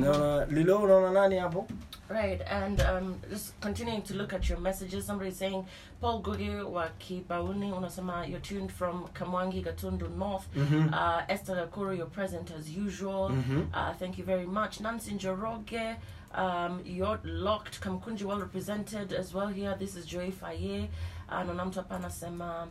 naona lilo unaona nani hapo Right, and um, just continuing to look at your messages, somebody saying, Paul Gugi wa Kibauni, unasema, you're tuned from Kamwangi, Gatundu North. Mhm. Uh, Esther Lakuru, you're present as usual. Mhm. Uh, thank you very much. Nancy Njoroge, um, you're locked. Kamkunji, well represented as well here. This is Joy Faye. Uh, Nonamtu hapa anasema,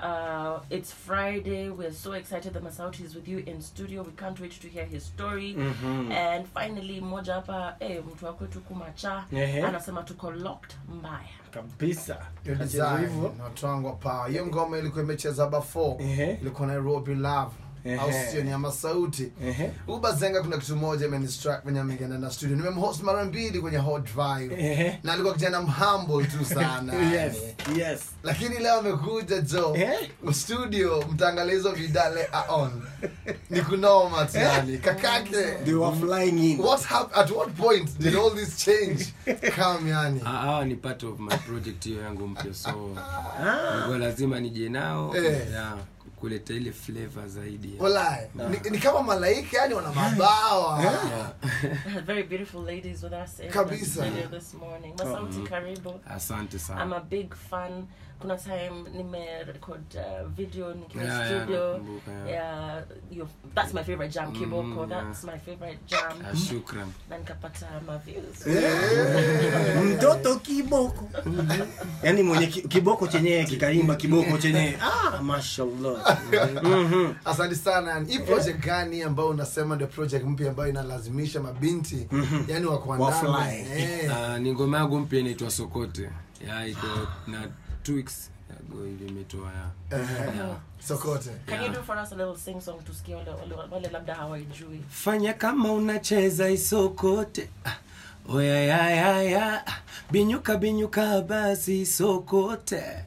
uh, it's Friday. We're so excited that Masauti is with you in studio. We can't wait to hear his story Mm. Mhm. and finally moja hapa eh, mtu wa kwetu kumacha Ehe. anasema tuko locked mbaya kabisa Kachezwa hivyo natwangwa pa hiyo ngoma ilikuwa imecheza bafo Ehe. ilikuwa nairobi love Ehe. au sio ni ama sauti Ehe. ubazenga kuna kitu moja imenistrack venye ameingana na studio nimemhost mara mbili kwenye hot drive Ehe. na alikuwa kijana mhambo tu sana yes yes lakini leo amekuja jo Eh? studio mtangalizo vidale aon ni kunoma tani kakake they were flying in what hap- at what point did all this change come yani Ah, hawa ni part of my project hiyo yangu mpya so nilikuwa lazima nije nao Ah. Eh. yeah, kuleta ile flavor zaidi ya- Walai, ni, ni kama malaika yani wana Ah. mabawa Yeah. very beautiful ladies with us eh, in Kabisa. the studio this morning Oh, mm. masauti karibu asante I'm a sana big fan kuna time nime record uh, video nikiwa Yeah, yeah, studio nakumbuka, yeah. yeah, your- that's my favorite jam kiboko Mm, yeah. that's my favorite jam Ah, shukran na nikapata ma views Eh? mtoto kiboko yaani mwenye ki- kiboko chenyewe kikaimba kiboko chenyewe ah, mashallah Mhm. asante sana yani hii project gani ambayo unasema ndio project mpya ambayo inalazimisha mabinti yaani yani wakuandana Wafly. Eh, Ah, ni ngoma yangu mpya inaitwa sokote yeah, iko na two weeks ago ilimetoa yeah. Eh. Yeah. sokote can you do for us a little sing song tusikie wale- wale- wale labda hawaijui fanya kama unacheza isokote Ah, oyayayaya Ah, binyuka binyuka basi isokote yeah.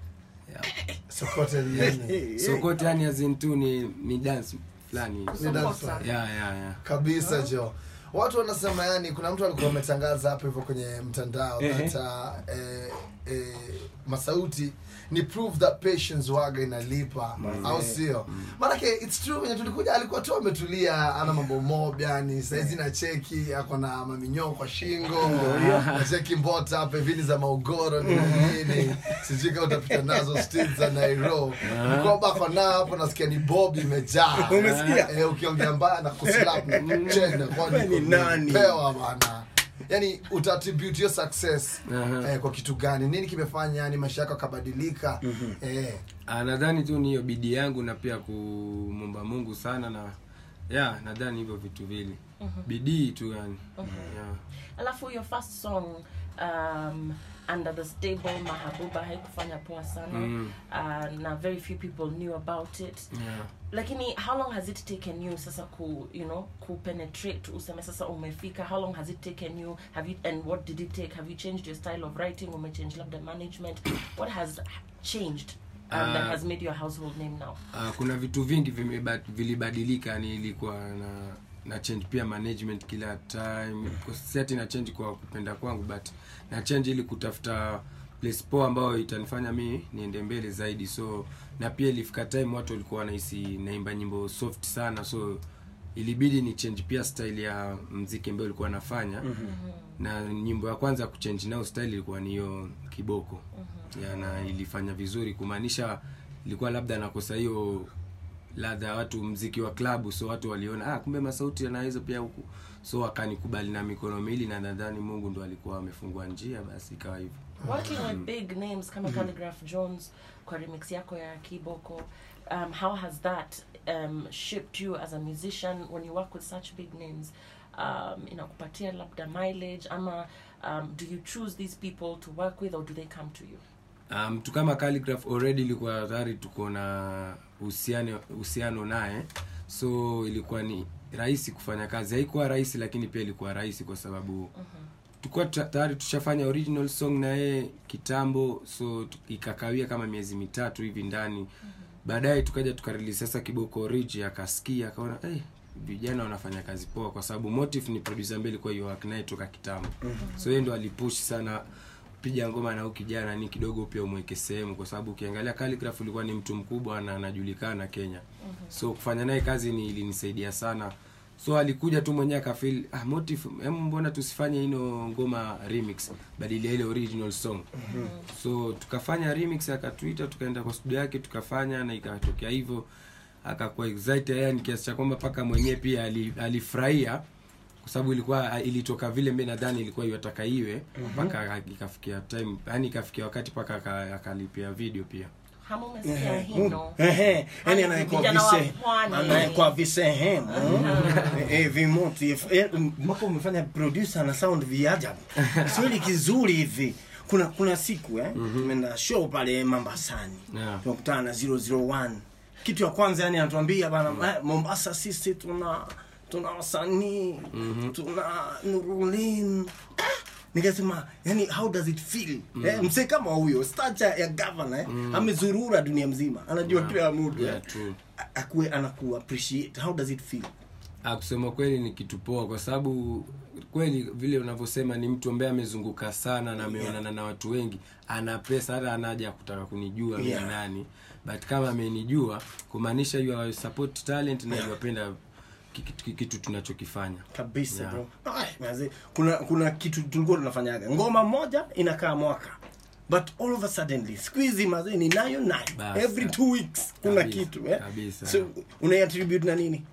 sokote ni nini? sokote yani azintu ni, ni dance fulani Ni dance floor. yeah, yeah, yeah. kabisa jo watu wanasema yani kuna mtu alikuwa ametangaza hapo hivyo kwenye mtandao hata eh, eh, masauti ni proof that patience waga inalipa au sio Mm. maanake its true venye tulikuja alikuwa tu ametulia ana mambo mob yani saizi na cheki ako na maminyoo kwa shingo na cheki mbota pevini za maugoro ni nini sijui kama utapita nazo street za nairo Uh-huh. mkoba ako nao hapo nasikia ni bob imejaa Umesikia? Eh, ukiongea mbaya na kuslap na kuchena Wewe ni kwani nani? pewa bana yani utaattribute hiyo success Aha. eh, kwa kitu gani nini kimefanya yani maisha yako akabadilika eh, Ah, nadhani tu ni hiyo bidii yangu na pia kumwomba mungu sana na yeah, nadhani hivyo vitu vili bidii tu yani yeah. alafu your first song um, under the stable mahabuba haikufanya poa sana Mm. uh, na very few people knew about it Yeah. lakini how long has it taken you sasa ku you know kupenetrate useme sasa umefika how long has it taken you have you and what did it take have you changed your style of writing umechange labda management what has changed um, that Ah. has made your household name now Ah, kuna vitu vingi vimeba- vilibadilika yani ilikuwa na na change pia management kila time Kwa- si ati na change kwa kupenda kwangu but na change ili kutafuta place poa ambayo itanifanya mi niende mbele zaidi so na pia ilifika time watu walikuwa wanahisi naimba nyimbo soft sana so ilibidi ni change pia style ya mziki ambayo ilikuwa nafanya na nyimbo ya kwanza kuchange nayo style ilikuwa ni hiyo kiboko ya na ilifanya vizuri kumaanisha ilikuwa labda nakosa hiyo ladha ya watu mziki wa klabu so watu waliona ah, kumbe masauti yanaweza pia huku so wakanikubali na mikono miwili na nadhani mungu ndo alikuwa amefungua njia basi ikawa hivyo working with big names kama Calligraph Jones kwa remix yako ya Kiboko um, how has that um, shaped you as a musician when you work with such big names um, inakupatia labda mileage ama um, do you choose these people to work with or do they come to you Ah, mtu kama Calligraph already ilikuwa tayari tuko na uhusiano uhusiano naye so ilikuwa ni rahisi kufanya kazi haikuwa rahisi lakini pia ilikuwa rahisi kwa sababu tulikuwa ta- tayari tushafanya original song na yeye kitambo so tu- ikakawia kama miezi mitatu hivi ndani baadaye tukaja tukarelease sasa kiboko riji akasikia akaona hey, vijana wanafanya kazi poa kwa sababu motive ni producer ambaye ilikuwa yuwak naye toka kitambo so yeye ndo alipush sana piga ngoma na huyu kijana ni kidogo pia umweke sehemu kwa sababu ukiangalia Calligraph ulikuwa ni mtu mkubwa na anajulikana Kenya so kufanya naye kazi ni ilinisaidia sana so alikuja tu mwenyewe akafil ah, motive em mbona tusifanye ino ngoma remix badilia ile original song mm-hmm. so tukafanya remix akatuita tukaenda kwa studio yake tukafanya na ikatokea hivyo akakuwa excited yani kiasi cha kwamba mpaka mwenyewe pia ali- alifurahia kwa sababu ilikuwa ilitoka vile mi nadhani ilikuwa iwataka iwe mpaka ikafikia time yani ikafikia wakati mpaka aka- akalipia video pia hamumesikia hino Ehe, yani Yaani anayekuwa vijana wa vise pwani. anayekuwa visehemu eh, vimoti if- eh, m- mpaka umefanya producer na sound viajabu Kiswahili kizuri hivi kuna kuna siku eh tumeenda show pale Mambasani Mhm. Yeah. tunakutana na 001 kitu ya kwanza yani anatuambia bana Mm. eh, Mombasa sisi tuna tuna wasanii Mhm. tuna Nurulin nikasema yani how does it feel Mm. eh, msee kama huyo stacha ya gavana eh, amezurura dunia mzima anajua kila mtu Yeah, eh. true. A- akuwe anaku appreciate how does it feel Ah, kusema kweli ni kitu poa kwa sababu kweli vile unavyosema ni mtu ambaye amezunguka sana na ameonana na watu wengi ana pesa hata anaja kutaka kunijua mimi Yeah. ni nani but kama amenijua kumaanisha you support talent na yuapenda ki- kitu, kitu tunachokifanya kabisa Yeah. bro Ay, manze, kuna kuna kitu tulikuwa tunafanyaga ngoma moja inakaa mwaka but all of a suddenly squeezy mazee ni nayo nayo Bas. every two weeks kuna Kabisa, kitu eh? kabisa. so unaiattribute na nini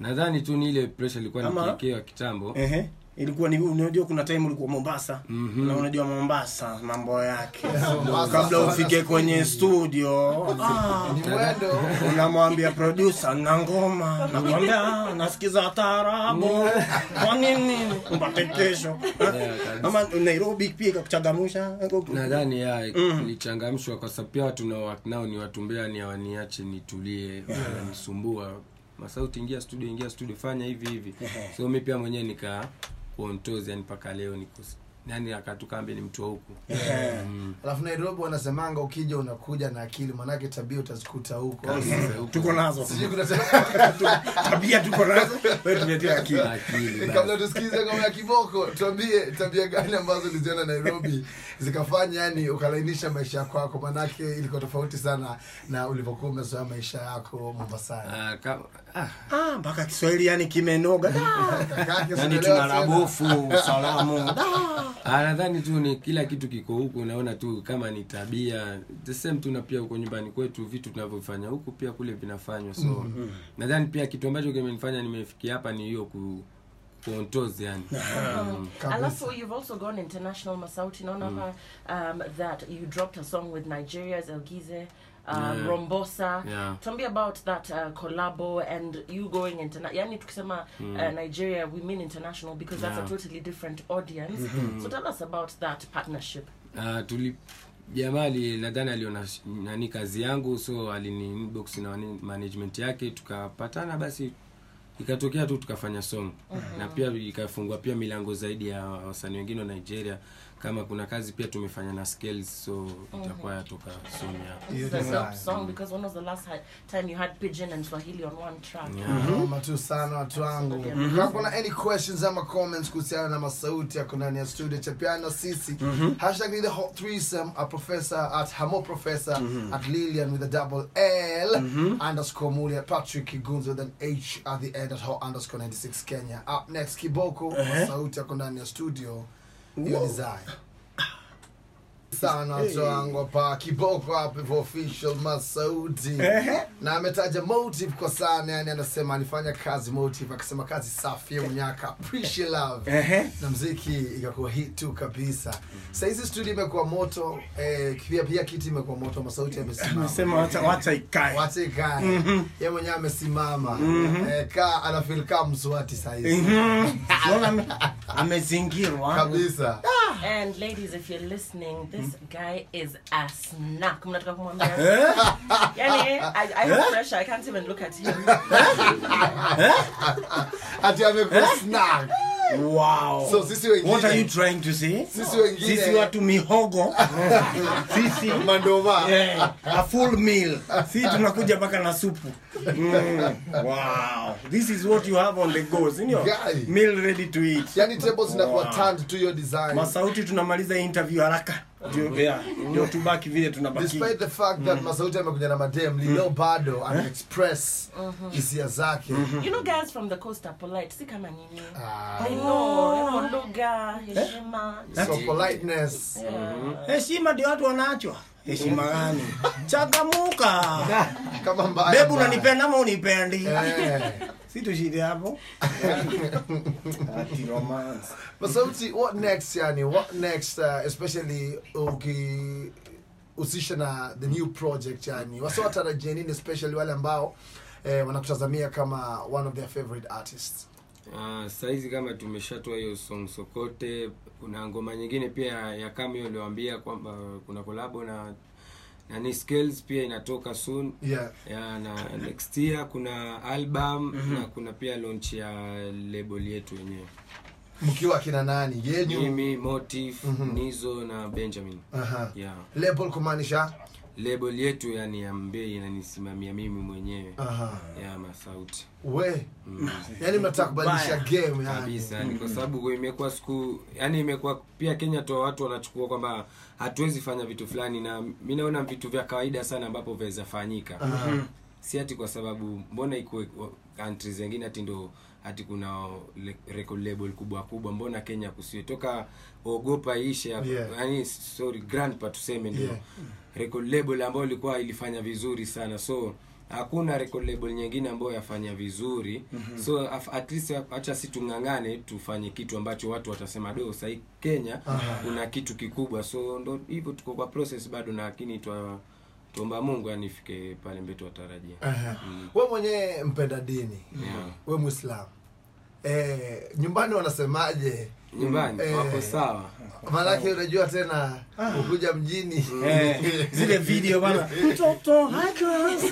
nadhani tu ni ile pressure ilikuwa Ama- nikiwekewa kitambo Ehe. Ilikuwa ni unajua kuna time ulikuwa Mombasa Mhm. na unajua Mombasa mambo yake. Mombasa. Kabla ufike kwenye studio ah, Ni mwendo. unamwambia producer na ngoma, nakwambia "Ah, nasikiza taarabu, kwa nini mpate kesho? kabisa. Ama Nairobi pia ikakuchangamsha nadhani ya ilichangamshwa kwa sababu pia watu nao- nao ni watu mbeani awaniache nitulie wananisumbua masauti ingia studio ingia studio fanya hivi hivi so mi pia mwenyewe nika kuontozi yani mpaka leo niko yani akatukambe ni mtu wa huku Mm, Eh, alafu nairobi wanasemanga ukija unakuja na akili manake tabia utazikuta huko tuko nazo Sijui kuna ta- tabia, tuko nazo wewe tumetia akili. akili kabla basi. tusikize ngoma ya kiboko tuambie tabia gani ambazo uliziona nairobi zikafanya yani ukalainisha maisha yako yako manake ilikuwa tofauti sana na ulivyokuwa umezoea maisha yako mombasani Ah, ka- ah, Ah, mpaka Kiswahili yani kimenoga. Da. Yaani Kakake, yani tuna sijaelewa tena. rabofu salamu ah, nadhani tu ni kila kitu kiko huku unaona tu kama ni tabia the same tu na pia huko nyumbani kwetu vitu tunavyofanya huku pia kule vinafanywa so nadhani pia kitu ambacho kimenifanya nimefikia hapa ni hiyo ku kuontozi yani Um, Kabisa. Alafu, you've also gone international, Masauti. Naona Mm. hapa, um, that you dropped a song with Nigeria's El Gize, um, Yeah. Rombosa. Yeah. Tell me about that uh, collabo and you going international. Yani tukisema uh, Nigeria, we mean international because that's Mm. Yeah. a totally different audience. So tell us about that partnership. Ah, tuli jamaa ali- nadhani aliona sh- nani kazi yangu so alini inbox na wani- management yake tukapatana basi ikatokea tu tukafanya song na pia ikafungua pia milango zaidi ya wasanii wengine wa nigeria kama kuna kazi pia tumefanya na scales so itakuwa yatoka song ya This is Yeah. a soap song because when was the last hi- time you had Pidgin and Swahili on one track? Noma tu sana watu wangu kama kuna any questions ama comments kuhusiana na masauti yako ndani ya studio chapiana na sisi hashtag ni the hot threesome a professor at hamo professor at lilian with a double l underscore muli at patrick kigunzo with an h at the end at hot underscore 96 kenya up next kiboko masauti yako ndani ya studio hiyo design sana watu wangu hapa kiboko hapa hivyo official masauti na ametaja motive kwa sana yani anasema alifanya kazi motive akasema kazi safi ya unyaka appreciate love Ehe. na mziki ikakuwa hit tu kabisa sahizi studio imekuwa moto eh, pia pia kiti imekuwa moto masauti yamesimama Nasema wacha wacha ikae. wache kaa Mhm. ye mwenyewe amesimama eh, kaa anafilkaa mswati sahizi Mhm. Unaona ame- amezingirwa. kabisa And ladies, if you're listening, this Hmm? guy is a snack. Mnataka kumwambia? Eh? Yani, I, I have pressure. I can't even look at him. hati amekuwa snack Wow. So, sisi wengine- What are you trying to say? Sisi wengine- Sisi watu mihogo. Sisi mandova yeah, a full meal. Si tunakuja mpaka na supu. Mm. Wow. This is what you have on the go, si ndio? Guy. Meal ready to eat. yani tables zinakuwa Wow. turned to your design Masauti tunamaliza interview haraka. ndio yeah, ndio tubaki vile tunabaki despite the fact that masauti amekuja na madem lilo bado ana express hisia zake you know guys from the coast are polite si kama nyinyi Ah, Eh? i know kwa lugha heshima so politeness heshima ndio watu wanaachwa heshima gani changamuka kama mbaya bebu unanipenda ama unipendi Eh. si tushinde hapo Ati romance. But Sauti, what next, yani? What next, uh, especially ukihusisha na the new project, yani? Wasowatarajia nini especially wale ambao eh, wanakutazamia kama one of their favorite artists? Ah, saizi kama tumeshatoa hiyo song sokote kuna ngoma nyingine pia ya kama hiyo ulioambia kwamba kuna kolabo na nani scales pia inatoka soon Yeah. ya na next year kuna album na kuna pia launch ya label yetu yenyewe Mkiwa akina nani? Yenyu. mimi motif nizo na benjamin Aha. yeah. Label kumaanisha? label yetu yani ya mbei inanisimamia mimi mwenyewe Aha. ya masauti We. Yani mnataka kubadilisha game yani. Mm. kabisa yani kwa sababu imekuwa siku yani imekuwa pia kenya tu watu wanachukua kwamba hatuwezi fanya vitu fulani na mi naona vitu vya kawaida sana ambapo vyaweza Ah. fanyika si ati kwa sababu mbona iko countries zengine ati ndo hati kuna le- record label kubwa kubwa mbona kenya kusiwe toka ogopa ishe Yeah. yani sorry grandpa tuseme ndio Yeah. record label ambayo ilikuwa ilifanya vizuri sana so hakuna record label nyingine ambayo yafanya vizuri Mhm. mm-hmm. so af- at least hacha si tung'ang'ane tufanye kitu ambacho watu watasema do sahii kenya kuna kitu kikubwa so ndo hivyo tuko kwa process bado na lakini twa tuomba mungu yani ifike pale mbetu watarajia Aha. We mwenyewe mpenda dini. Mm. Yeah. We Muislamu. Eh, nyumbani wanasemaje? nyumbani Eh. wako sawa Mm. Maanake unajua tena ukuja mjini Eh, Ah. zile video bana mtoto hajas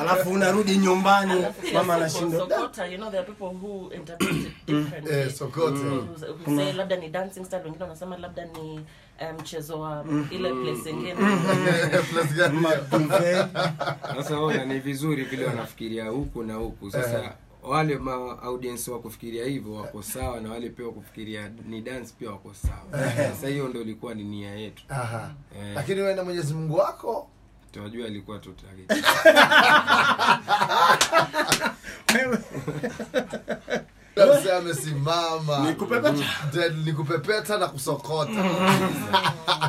alafu unarudi nyumbani mama anashinda "Da, Sokota, you know there are people who interpret it differently. Eh, Mm. Sokoto. Who- who say labda ni dancing style wengine wanasema labda ni eh, mchezo wa Mm-hmm. ile place ingine Eh, Plus gani? maduve." sasa ona ni vizuri vile wanafikiria huku na huku Eh. sasa wale ma audience wa kufikiria hivyo wako sawa na wale pia wa kufikiria ni dance pia wako sawa sasa hiyo ndo ilikuwa ni nia yetu Aha. Eh. lakini wewe na Mwenyezi Mungu wako tunajua ilikuwa tutaki Wewe, Eh. mzee amesimama Nikupepeta. Then nikupepeta na Mm. kusokota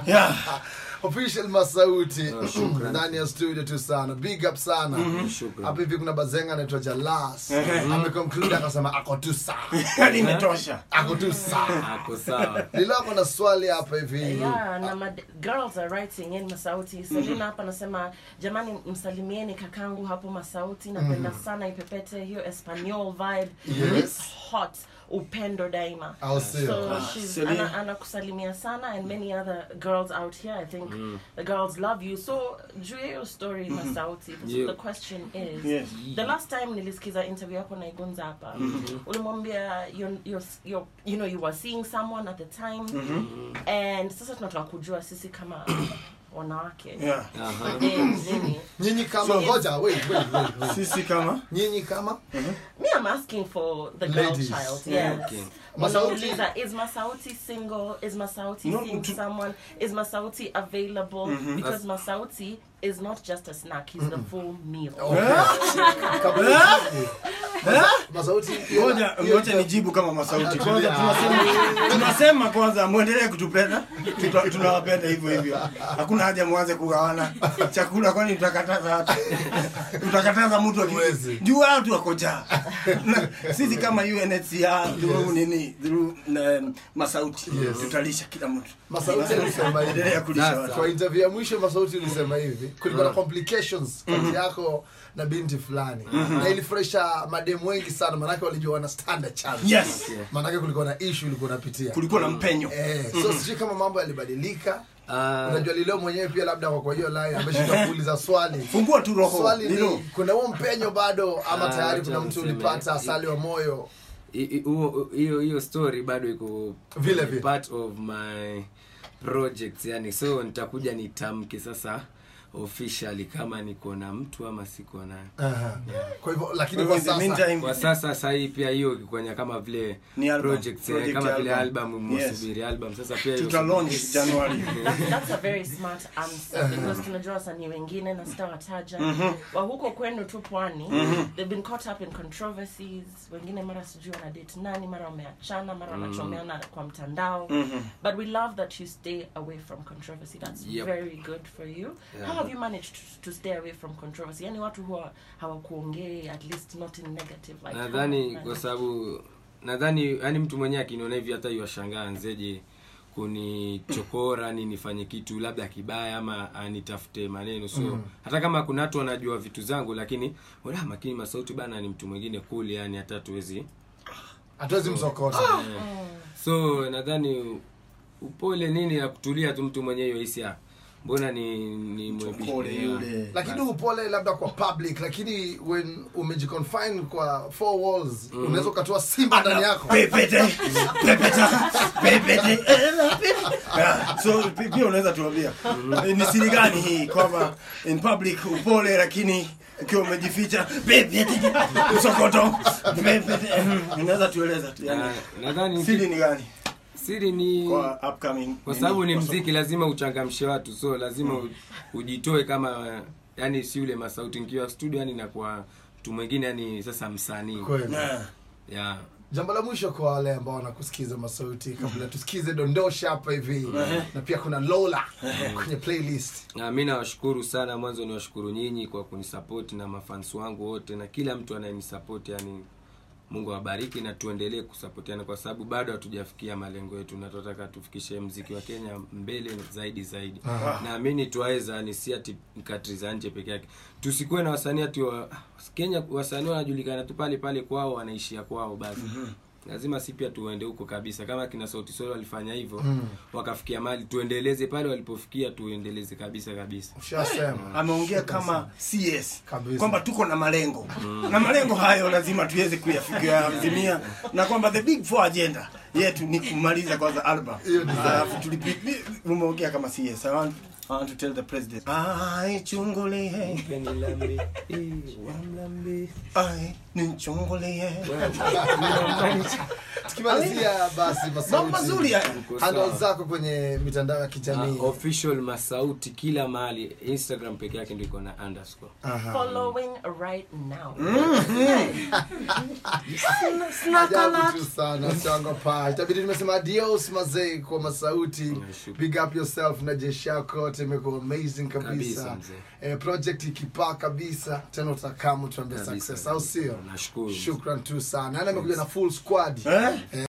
yeah. official masauti Ah, ndani ya studio tu sana big up sana Mm-hmm. Shukran. hapa hivi kuna bazenga anaitwa Jalas ameconclude akasema ako tu sawa Yaani imetosha ako tu sawa ako sawa lilako na swali hapa hivi yeah, Mm-hmm. na mad- girls are writing in masauti selina hapa anasema jamani msalimieni kakangu hapo masauti napenda sana ipepete hiyo espanol vibe Yes. It's hot upendo daima au So sio she's Celine. Ana, Ana Kusalimia Sana and many other girls out here. I think the girls love you. So Juyeo's story Masauti. So Yeah. the question is, Yes. the last time nilisikiza interview yako na Igunza hapa, ulimwambia you're, you're, you're, you know you were seeing someone at the time and sasa tunataka kujua sisi kama wanawake yeah. Aha. Je, nini? nyinyi kama ngoja wait wait wait wait. sisi kama nyinyi kama Me, I'm asking for the girl Ladies. child. Yes. Okay. Masauti. Wanauliza, is Masauti single? Is Masauti No, seeing to- someone? Is Masauti available? Because Masauti is not just a snack; he's the full meal. Eh? Kabla- Masauti hiyo- ngoja hiyo- ngoja nijibu kama masauti kwanza tunasema tunasema kwanza muendelee kutupenda tuta- tunawapenda hivyo hivyo hakuna haja mwanze kugawana chakula kwani tutakataza watu tutakataza mtu Huwezi. aki- juu watu wako njaa Na sisi kama UNHCR through nini through um, masauti tutalisha kila mtu Masauti alisema hivi. endelea kulisha watu Mm. kwa interview ya mwisho masauti ulisema hivi kulikuwa na complications Mm-hmm. kati yako na binti fulani na ilifurahisha mademu wengi sana maanake walijua wana stand a chance yes maanake kulikuwa na issue ulikuwa unapitia kulikuwa na mpenyo eh, so sijui kama mambo yalibadilika Ah. unajua lileo mwenyewe pia labda kwa kwa hiyo line ameshinda kuuliza swali fungua tu roho swali lilo ni kuna huo mpenyo bado ama Ah, tayari kuna wacha mtu niseme. ulipata asali wa moyo I- i- huo- hiyo hiyo story bado iko Vile vile. part of my project yani so nitakuja nitamke sasa officially kama niko na mtu ama siko naye Aha. kwa hivyo lakini Wewe kwa in the sasa meantime- kwa sasa sahii pia hiyo kwenye kama vile Ni album. projects, eh, Project kama vile album. album Yes. msubiri album sasa pia hiyo- tuta launch januari That's- that's a very smart answer Uh-huh. because tunajua wasanii wengine na sitawataja Mm-hmm. wa huko kwenu tu pwani they've been caught up in controversies wengine mara sijui wana date nani mara wameachana mara Mm-hmm. wanachomeana kwa mtandao but we love that you stay away from controversy that's Yep. very good for you Yeah. how have you managed to, to stay away from controversy yani watu huwa hawakuongei at least not in negative like nadhani how- kwa sababu nadhani yani mtu mwenyewe akiniona hivi hata iwashangaa nzeje kunichokora ni nifanye kitu labda kibaya ama anitafute maneno so mm. hata kama kuna watu wanajua vitu zangu lakini wala makini masauti bana ni mtu mwingine kuli yani hata tuwezi hatuwezi msokota so nadhani upole nini na kutulia tu mtu mwenyewe yohisi mbona ni ni Mchokole yule. lakini upole labda kwa public lakini when umejiconfine kwa four walls unaweza ukatoa simba Ah, ndani yako pepete pepeta pepete ela, pepe. Ah, so pi- pia unaweza tuambia Mm-hmm. eh, ni siri gani hii kwamba in public upole lakini ukiwa umejificha pepete msokoto pepete Mm, unaweza tueleza tu Na- yani nadhani siri ni gani siri ni kwa upcoming kwa sababu ni nini? Hmm. mziki lazima uchangamshe watu so lazima u- ujitoe kama yani si yule masauti nikiwa studio yani nakuwa mtu mwingine yani sasa msanii Kweli. Yeah. yeah. jambo la mwisho kwa wale ambao wanakusikiza masauti Mm-hmm. kabla tusikize dondosha hapa hivi na pia kuna lola Mm-hmm. kwenye playlist na mi nawashukuru sana mwanzo niwashukuru nyinyi kwa kunisapoti na mafans wangu wote na kila mtu anayenisapoti yani mungu awabariki na tuendelee kusapotiana kwa sababu bado hatujafikia malengo yetu na tunataka tufikishe mziki wa kenya mbele zaidi zaidi naamini twaweza ni si ati katri za nje peke yake tusikuwe na wasanii ati wa, kenya wasanii wanajulikana tu pale pale kwao wanaishia kwao basi lazima si pia tuende huko kabisa kama kina sauti sol walifanya hivyo Mm. wakafikia mali tuendeleze pale walipofikia tuendeleze kabisa kabisa ushasema ameongea kama cs Kabisa. kwamba tuko na malengo na malengo hayo lazima tuweze kuyafikiazimia na kwamba the big four agenda yetu ni kumaliza kwanza album alafu tulipi umeongea kama cs I want, I want to tell the president aichungulie ai nichungulie tukimalizia basi mambo mazuri masauti haya handle zako kwenye mitandao ya kijamii Ah, official masauti kila mahali instagram peke yake ndiko na underscore Ah, following right now Mm-hmm. Ajabu tu sana chango pa itabidi tumesema adios mazee kwa masauti Nashukuru. big up yourself na jeshi yako yote imekuwa amazing kabisa Kabisa, mzee. eh, project ikipaa kabisa tena utakaa mtu ambia Kabisa, success kabisa. au sio Nashukuru. Yaani shukran tu sana yani amekuja na full squad eh?